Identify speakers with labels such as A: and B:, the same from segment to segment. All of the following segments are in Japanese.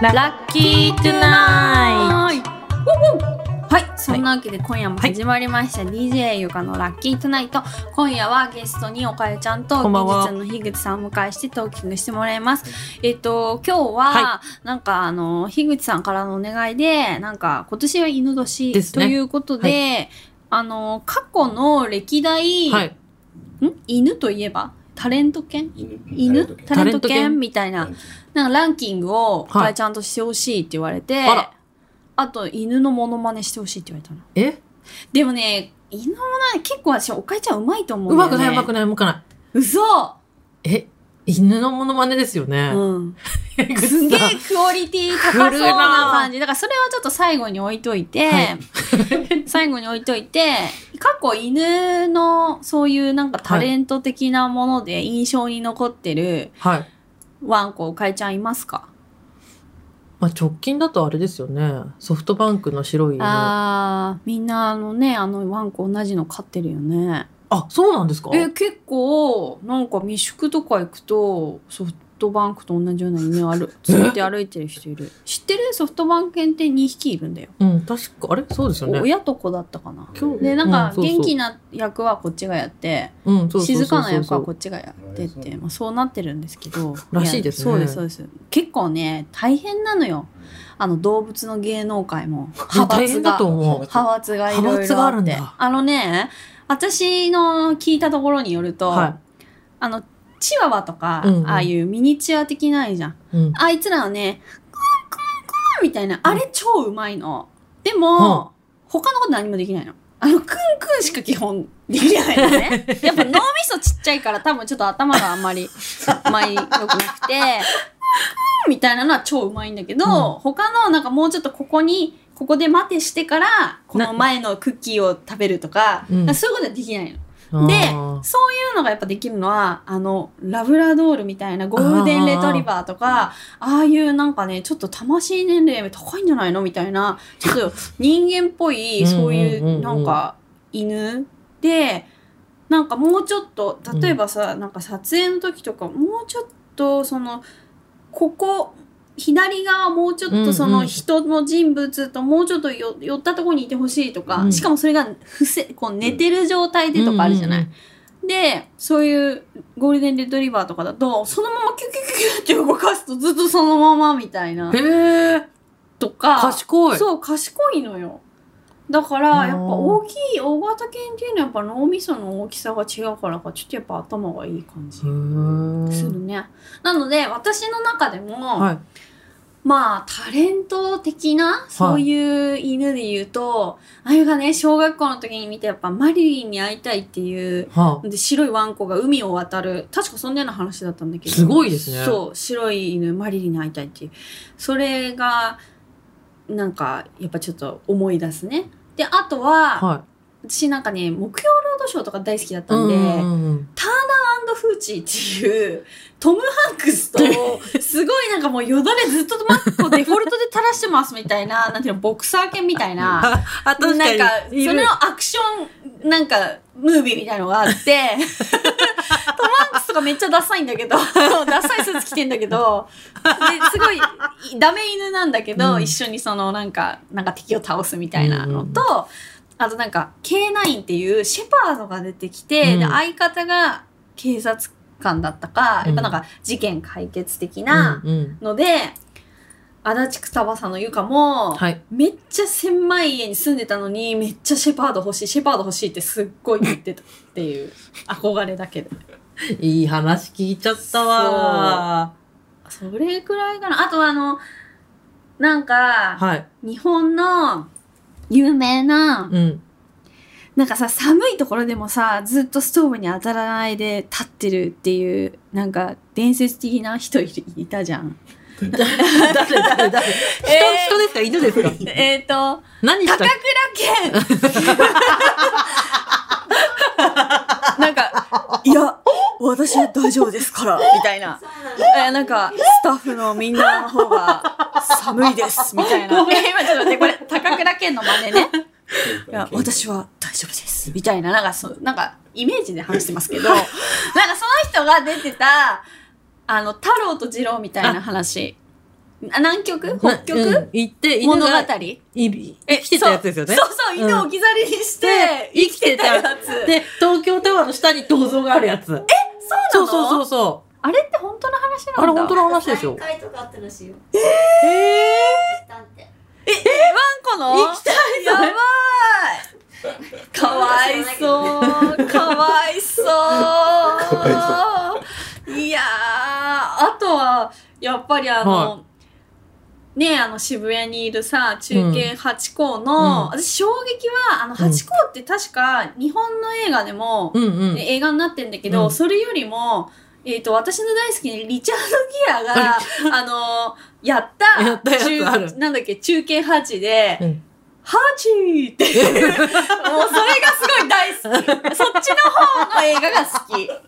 A: ラッキートゥナイトはい、そんなわけで今夜も始まりました、DJ ゆかのラッキートゥナイト今夜はゲストにおかゆちゃんと
B: こんばんは
A: 技術の樋口さんをお迎えしてトーキングしてもらいますえっと今日は、
B: は
A: なんかあの樋口さんからのお願いでなんか今年は犬年
B: です
A: と
B: ね
A: いうことであの過去の歴代、
B: はい。
A: ん犬といえばタレント犬
C: 犬
A: 犬
C: タレ
A: タ
C: ント犬
A: レント犬みたい
C: タ
A: な
C: レント
A: なんかランキングを
B: はい
A: かえちゃんとしてほしいって言われて、
B: あら
A: あと犬のモノマネしてほしいって言われたの
B: え
A: でもね犬のモノマネ結構私おかえちゃんうまいと思う
B: うん
A: だ
B: ま
A: よ、ね、
B: くない、うまくない、うまくな
A: 嘘
B: い。え犬のモノマネですよね。
A: うん、すげえクオリティ高そうな感じだからそれはちょっと最後に置いといて、
B: は
A: 最後に置いといて過去犬のそういうなんかタレント的なもので印象に残ってる
B: はい。
A: ワンコおかえちゃんいますか
B: まあ、直近だとあれですよね。ソフトバンクの白い犬。あ
A: あーみんなあのねあのワンコ同じの飼ってるよね
B: そうなんですか
A: え結構なんか密宿とか行くとソフトバンクと同じような犬 ある連れて歩いてる人いる知ってるソフトバンク犬って2匹いるんだよ、
B: うん、確か、あれそうですよね。
A: 親と子だったかな
B: 今日
A: でなんか
B: うんそうそう
A: 元気な役はこっちがやって、
B: うん、そうそうそうそう
A: 静かな役はこっちがやってっ
C: そうそう
A: て、
C: そう
A: まあ、そうなってるんですけど
B: らしいですね
A: やそうですそうです結構ね大変なのよあの動物の芸能界も
B: うん
A: 派
B: 大
A: 閥
B: 変だ
A: が
B: と思う。
A: 派閥がいろいろあって
B: 派閥があるんだ
A: あのね私の聞いたところによると、
B: は
A: あのチワワとか、
B: うんうん
A: ああいうミニチュア的ないじゃん
B: い。うん。
A: あいつらはねクンクンクンみたいなあれ超うまいのでも、
B: は
A: 他のこと何もできないのあのクンクンしか基本できないの ね やっぱ脳みそちっちゃいから多分ちょっと頭があんまりまり良くなくて クンみたいなのは超うまいんだけど、
B: う
A: 他のなんかもうちょっとここにここで待てしてからこの前のクッキーを食べるとか,、
B: うん
A: そういうことはできないの。で
B: あー
A: そういうのがやっぱできるのはあのラブラドールみたいなゴールデンレトリバーとかああいうなんかねちょっと魂年齢高いんじゃないのみたいなちょっと人間っぽいそうい
B: うんうんうんう
A: うんなんか犬でなんかもうちょっと例えばさ、なんか撮影の時とかもうちょっとそのここ左側もうちょっとそ
B: うんう
A: の
B: ん
A: 人の人物ともうちょっとよ寄ったところにいてほしいとか、
B: うん
A: しかもそれが伏せこう寝てる状態でとかあるじゃない、
B: うんうん
A: でそういうゴールデンレトリバーとかだとそのままキュキュキュキュって動かすとずっとそのままみたいな
B: うんへえ、
A: とか
B: 賢い。
A: そう賢いのよだから
B: あー
A: やっぱ大きい大型犬っていうのはやっぱ脳みその大きさが違うからかちょっとやっぱ頭がいい感じ
B: へー
A: するね、なので私の中でも、
B: はい。
A: まあタレント的なそういう犬で言うと、あゆがね小学校の時に見てやっぱマリリンに会いたいっていう
B: は
A: で白いワンコが海を渡る確かそんなような話だったんだけど
B: すごいですね
A: そう白い犬マリリンに会いたいっていうそれがなんかやっぱちょっと思い出すねであと
B: あ。
A: は、
B: は
A: 私なんかね木曜ロードショーとか大好きだっ
B: い。
A: たんで、
B: うんうんうん
A: ハンドフーチーっていうトム・ハンク スとすごいなんかもうよだれずっとマッコデフォルトで垂らしてますみたいななんていうのボクサー犬みたいな
B: あ、あ確か
A: なん
B: に
A: か、そ
B: いる
A: れのアクション、なんか、ムービーみたいのがあ って、トムハンクスとかめっちゃダサいんだけど、ダサいスーツ着てんだけど、ですごい、いダメ犬なんだけど、
B: うん
A: 一緒にその、なんか、なんか敵を倒すみたいなのと、
B: うんうん
A: あとなんか、K9 っていうシェパードが出てきて、で
B: うん
A: 相方が警察官だったか、やっぱなんか、事件解決的な
B: うんうん
A: ので、足立区田さんのゆかも、
B: はい。
A: めっちゃ狭い家に住んでたのにめっちゃシェパード欲しいシェパード欲しいってすっごい言ってたっていう憧れだけで
B: いい話聞いちゃったわ
A: それくらいかなあとあのなん
B: ー。
A: か
B: はい。
A: 日本の有名な
B: うん。
A: なんかさ寒いところでもさずっとストーブに当たらないで立ってるっていうなんか伝説的な人いいたじゃん
B: 誰誰誰
A: えー
B: 人、人ですか犬ですか
A: えっ、と
B: 何した
A: 高倉健なんか、いや、私は大丈夫ですから、みたいな。えーなんか、スタッフのみんなの方が寒いです、みたいな。今ちょっと待って、これ、高倉健の真似ね。 いや、私は大丈夫です、みたいな。なんか、そう、なんか、イメージで話してますけど、 なんかその人が出てた、あの、太郎と二郎みたいな話。あ南極北極、
B: なうん行って、犬
A: 物語
B: がい生きてたやつですよね。
A: そうそう、犬を置き去りにして、
B: うん
A: 生きてたやつ。え、
B: で、東京タワーの下に銅像があるやつ。
A: そ
B: そうう
A: なの
B: そうそうそ
A: あれって本当の話なんだ
B: あれ本当の話でしょ
C: サイン会とかあったらしいよ。
B: う。え
C: なんて。
A: かな
B: 行きたい
A: や
B: そ
A: ばいかわい
B: れ
A: そう。かわいそう。いやー、あとは、やっぱりあの、
B: は
A: ねえあの渋谷にいるさ中継八校の、
B: うん
A: 私衝撃はあの八校って確か日本の映画でも、
B: うんうん。
A: 映画になってんだけど、
B: うん
A: それよりも、えー、と私の大好きなリチャード・ギアが あのーやった
B: やったやつ
A: 中
B: ある
A: なんだっけ中継ハチで
B: う
A: 「ハチ!」っていう もうそれがすごい大好きそっちの方の映画が好き「ハ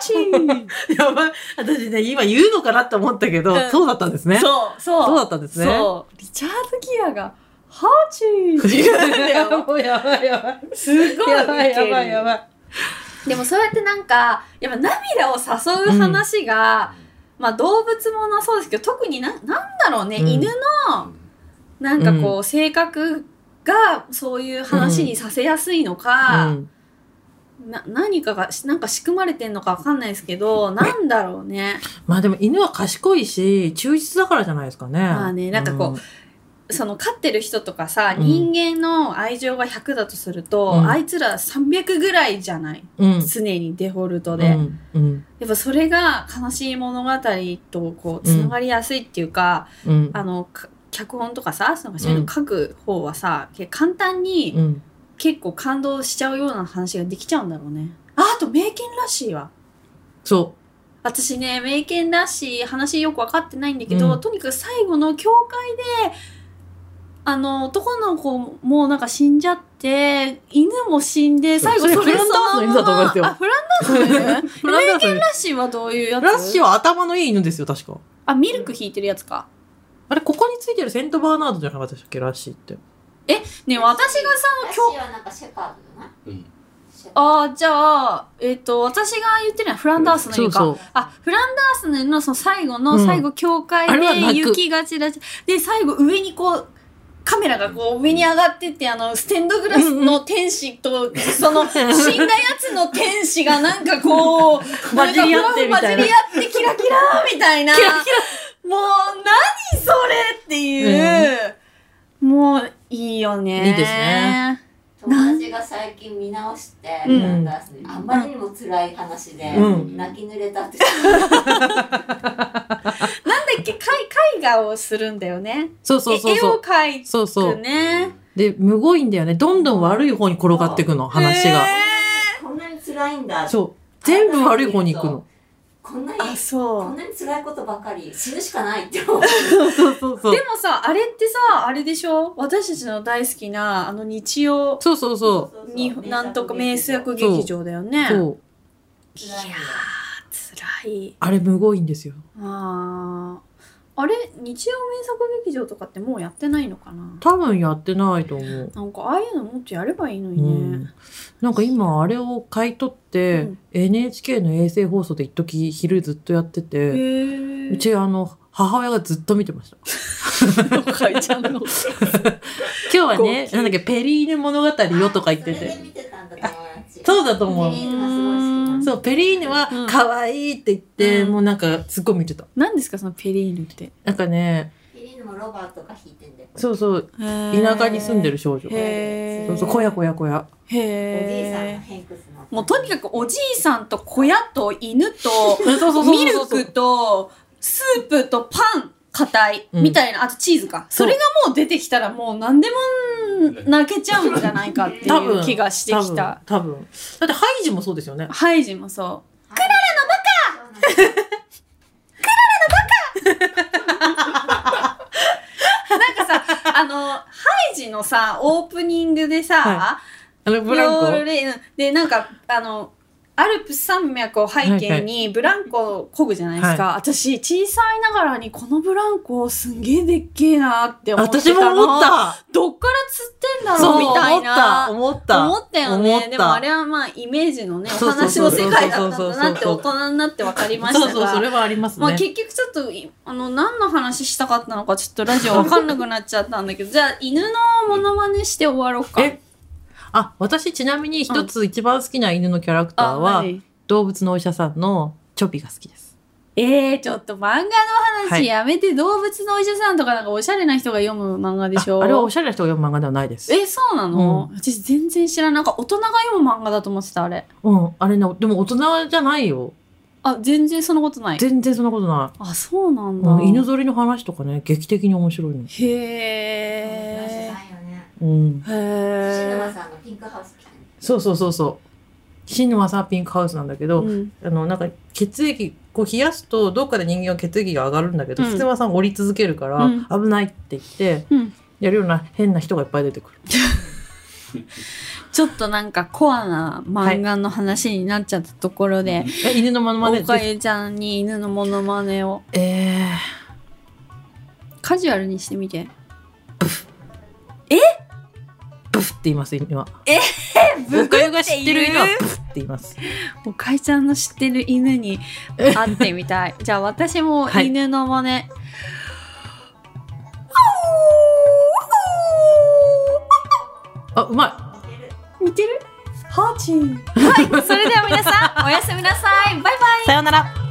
A: チ!
B: んやばい。私ね、今言うのかなって思ったけど、
A: うん
B: そうだったんですね。」
A: そうそう
B: そうだったんですね。
A: そうリチャード・ギアが「ハチ!」 って言うんだ
B: や
A: よ
B: ばいやばいやば い。
A: すごいウケる
B: やばいやばいやばい。
A: でもそうやってなんかやっぱ涙を誘う話が、まあ動物ものそうですけど特にななんだろうね、
B: うん
A: 犬のなんかこう、性格がそういう話にさせやすいの
B: う
A: か、
B: ん
A: な何かがしなんか仕組まれてんのかわかんないですけどなんだろうね
B: まあでも犬は賢いし、忠実だからじゃないですかね。
A: まあねなんかこうその飼ってる人とかさ、人間の愛情が100だとすると、
B: うん
A: あいつら300ぐらいじゃない
B: うん、うん。
A: 常にデフォルトで。
B: うんうん
A: やっぱそれが悲しい物語とこうつながりやすいっていうか、
B: うん
A: あのか脚本とかさそのそういうの書く方はさ、け簡単に
B: うん
A: 結構感動しちゃうような話ができちゃうんだろうね。ああと名犬らしいわ。
B: そ
A: 私ね名犬らしい話よく分かってないんだけど、
B: うん
A: とにかく最後の教会であの男の子もなんか死んじゃって犬も死んで最後
B: それ
A: それ
B: フランダースの犬だと思いますよ
A: あフランダース の犬
B: う。フランダース
A: ラッシーはどういうやつ
B: ラッシーは頭のいい犬ですよ、確か。
A: あ、ミルク引いてるやつか。
B: あれ、ここについてるセントバーナードじゃなかったでしたっけ、ラッシーって。
A: ねえ私がさ、
C: ラッシ
A: 今
C: ーはなんかシェパードじゃない
D: うん。
C: シェパー
A: あーじゃあ、えっ、と、私が言ってるのはフランダースの犬か。
B: そうそう
A: あ、フランダースの犬のその最後の、
B: うん
A: 最後、教会
B: あれは泣
A: で
B: く
A: 雪がちらちで、最後、上にこう、カメラがこう上に上がってって、あの、ステンドグラスの天使と、その、死んだやつの天使がなんか こう、
B: 混じり合ってみたい
A: 混
B: な
A: じり合ってキラキラーみたいな。もう、何それっていう。もう、いいよね。
B: いいですね。
C: ド友達が最近見直して、
A: うん
C: なんかあまりにも辛い話で、
B: うん
C: 泣き濡れたって。
A: なんだっけ、絵絵画をするんだよね。
B: そうそうそう
A: え絵
B: そ
A: を
B: う。
A: 描い
B: そうそ
A: て
B: う。
A: ね。
B: で、むごいんだよね。どんどん悪い方に転がっていくの、話が。
A: へ
C: こんなに辛いんだ。
B: そう。全部悪い方に行くの。
C: こんなに
A: ーあ、
C: こ
A: そ
C: ん
A: う。
C: なに辛いことばかり死ぬしかないって思う。
B: そうそうそう
A: で。もさ、あれってさ、あれでしょ私たちの大好きな、あの日曜、
B: そうそうそう。
A: に、なんとか名作
B: 劇場
A: 劇場だよね。
B: そう。
A: いやー、辛い。
B: あれ、むごいんですよ。
A: あー。あれ日曜名作劇場とかってもうやってないのかな
B: 多分やってないと思う。
A: なんかああいうのもっとやればいいの
B: う
A: にね
B: ん。なんか今、あれを買い取って、
A: うん
B: NHK の衛星放送で一時昼ずっとやって
A: へ
B: て、
A: ー
B: うち、あの、母親がずっと見てました。
A: 書いちゃうの
B: 今日
A: 号、
B: はね
A: 泣
B: なんだっけ、ペリーヌ物語よとか言って
C: それで
B: て。
C: 見てたんだ友達。
B: そうだと思う
C: ペリーヌがすごい好きなんだ
B: そう、ペリーヌは
A: うん
B: 可愛いって言って、
A: うん
B: もうなんか、すっごい見てた。
A: 何ですかその ペリーヌって
B: なんかね、
C: ペリーヌもロバートが弾いてんだよ。
B: そうそう、
A: 田
B: 田舎に住んでる少女。
A: へー
B: そうそう、小屋小屋小屋。
C: おじいさん
A: へ
C: の
A: え
C: 偏屈な。
A: もうとにかくおじいさんと小屋と犬と
B: そうそうそうそう。
A: ミルクとスープとパン硬い
B: うん
A: みたいな、あとチーズかそ
B: そう
A: れがもう出てきたらもう何でも泣けちゃうんじゃないかってい
B: 多分
A: う気がしてきた。
B: 多分。多分だって、ハイジもそうですよね。
A: ハイジもそ
C: クララのバカ。
A: うなんかさあのハイジのさオープニングでさ、
B: はあの、ブランコ。
A: ででなんかあのアルプス山脈を背景にブランコを漕ぐじゃないですか。私、小さいながらにこのブランコすんげえでっけえなって思ってた
B: 私
A: の。
B: も思っ。た
A: どっから釣ってんだ
B: そ
A: ろ
B: う、
A: うみたいな。
B: 思った。
A: 思
B: 思っ
A: ったよ
B: 思っ
A: ね。
B: た
A: でもあれはまあイメージのね、お
B: そうそう
A: 話
B: そ
A: の
B: うそう
A: 世界だったんだなって
B: そ
A: 大
B: うそうそ
A: 人になって分かりま
B: た。
A: した
B: そ
A: が。
B: うそう、それはありますね。
A: まあ結局ちょっとい、あの、何の話したかったのかちょっとラジオわかんなくなっちゃったんだけど、じ ゃあ犬のモノマネして終わろうか。
B: えあ、私ちなみに一つ一番好きな犬のキャラクターは、
A: い
B: 動物のお医者さんのチョピが好きです。
A: えー、ちょっと漫画の
B: は
A: 話
B: い
A: やめて、動物のお医者さんとかなんかおしゃれな人が読む漫画でしょ
B: ああれはおしゃれな人が読む漫画ではないです。
A: え、そうなの、私全然知らない。なんか大人が読む漫画だと思ってた、あれ。
B: うん、あれね、でも大人じゃないよ。
A: あ、全然そんなことない。
B: 全然そんなことな
A: あ、そうなん
B: い。
A: だ。
B: うん、犬ぞりの話とかね、劇的に面白いの。
A: へえ。
C: え
B: うん。
A: へ
C: シヌマ
A: え。
C: さんのピンクハウス来たね
B: そうそうそうそう。シンノワサーピンクハウスなんだけど、
A: うん
B: あの、なんか血液、こう冷やすと、どっかで人間は血液が上がるんだけど、
A: うん
B: シンノワさん折り続けるから、
A: うん
B: 危ないって言って、
A: うん
B: やるような変な人がいっぱい出てくる。
A: ちょっとなんかコアな漫画の話になっちゃったところで、
B: え、犬のまのまね
A: おか
B: です。
A: ゆちゃんに犬のモノマネを
B: えー、
A: カジュアルにしてみて。
B: ブフって言います、犬は。
A: ブ
B: おかゆが知ってる犬は
A: ブフって
B: ブフって言います。
A: おかゆちゃんの知ってる犬に会ってみ たい。じゃあ私も
B: はい
A: 犬の真似。
B: あ、うま
A: 似てるハーチン。はい、それでは皆さん、おやすみなさい。バイバイ。
B: い。さようなら。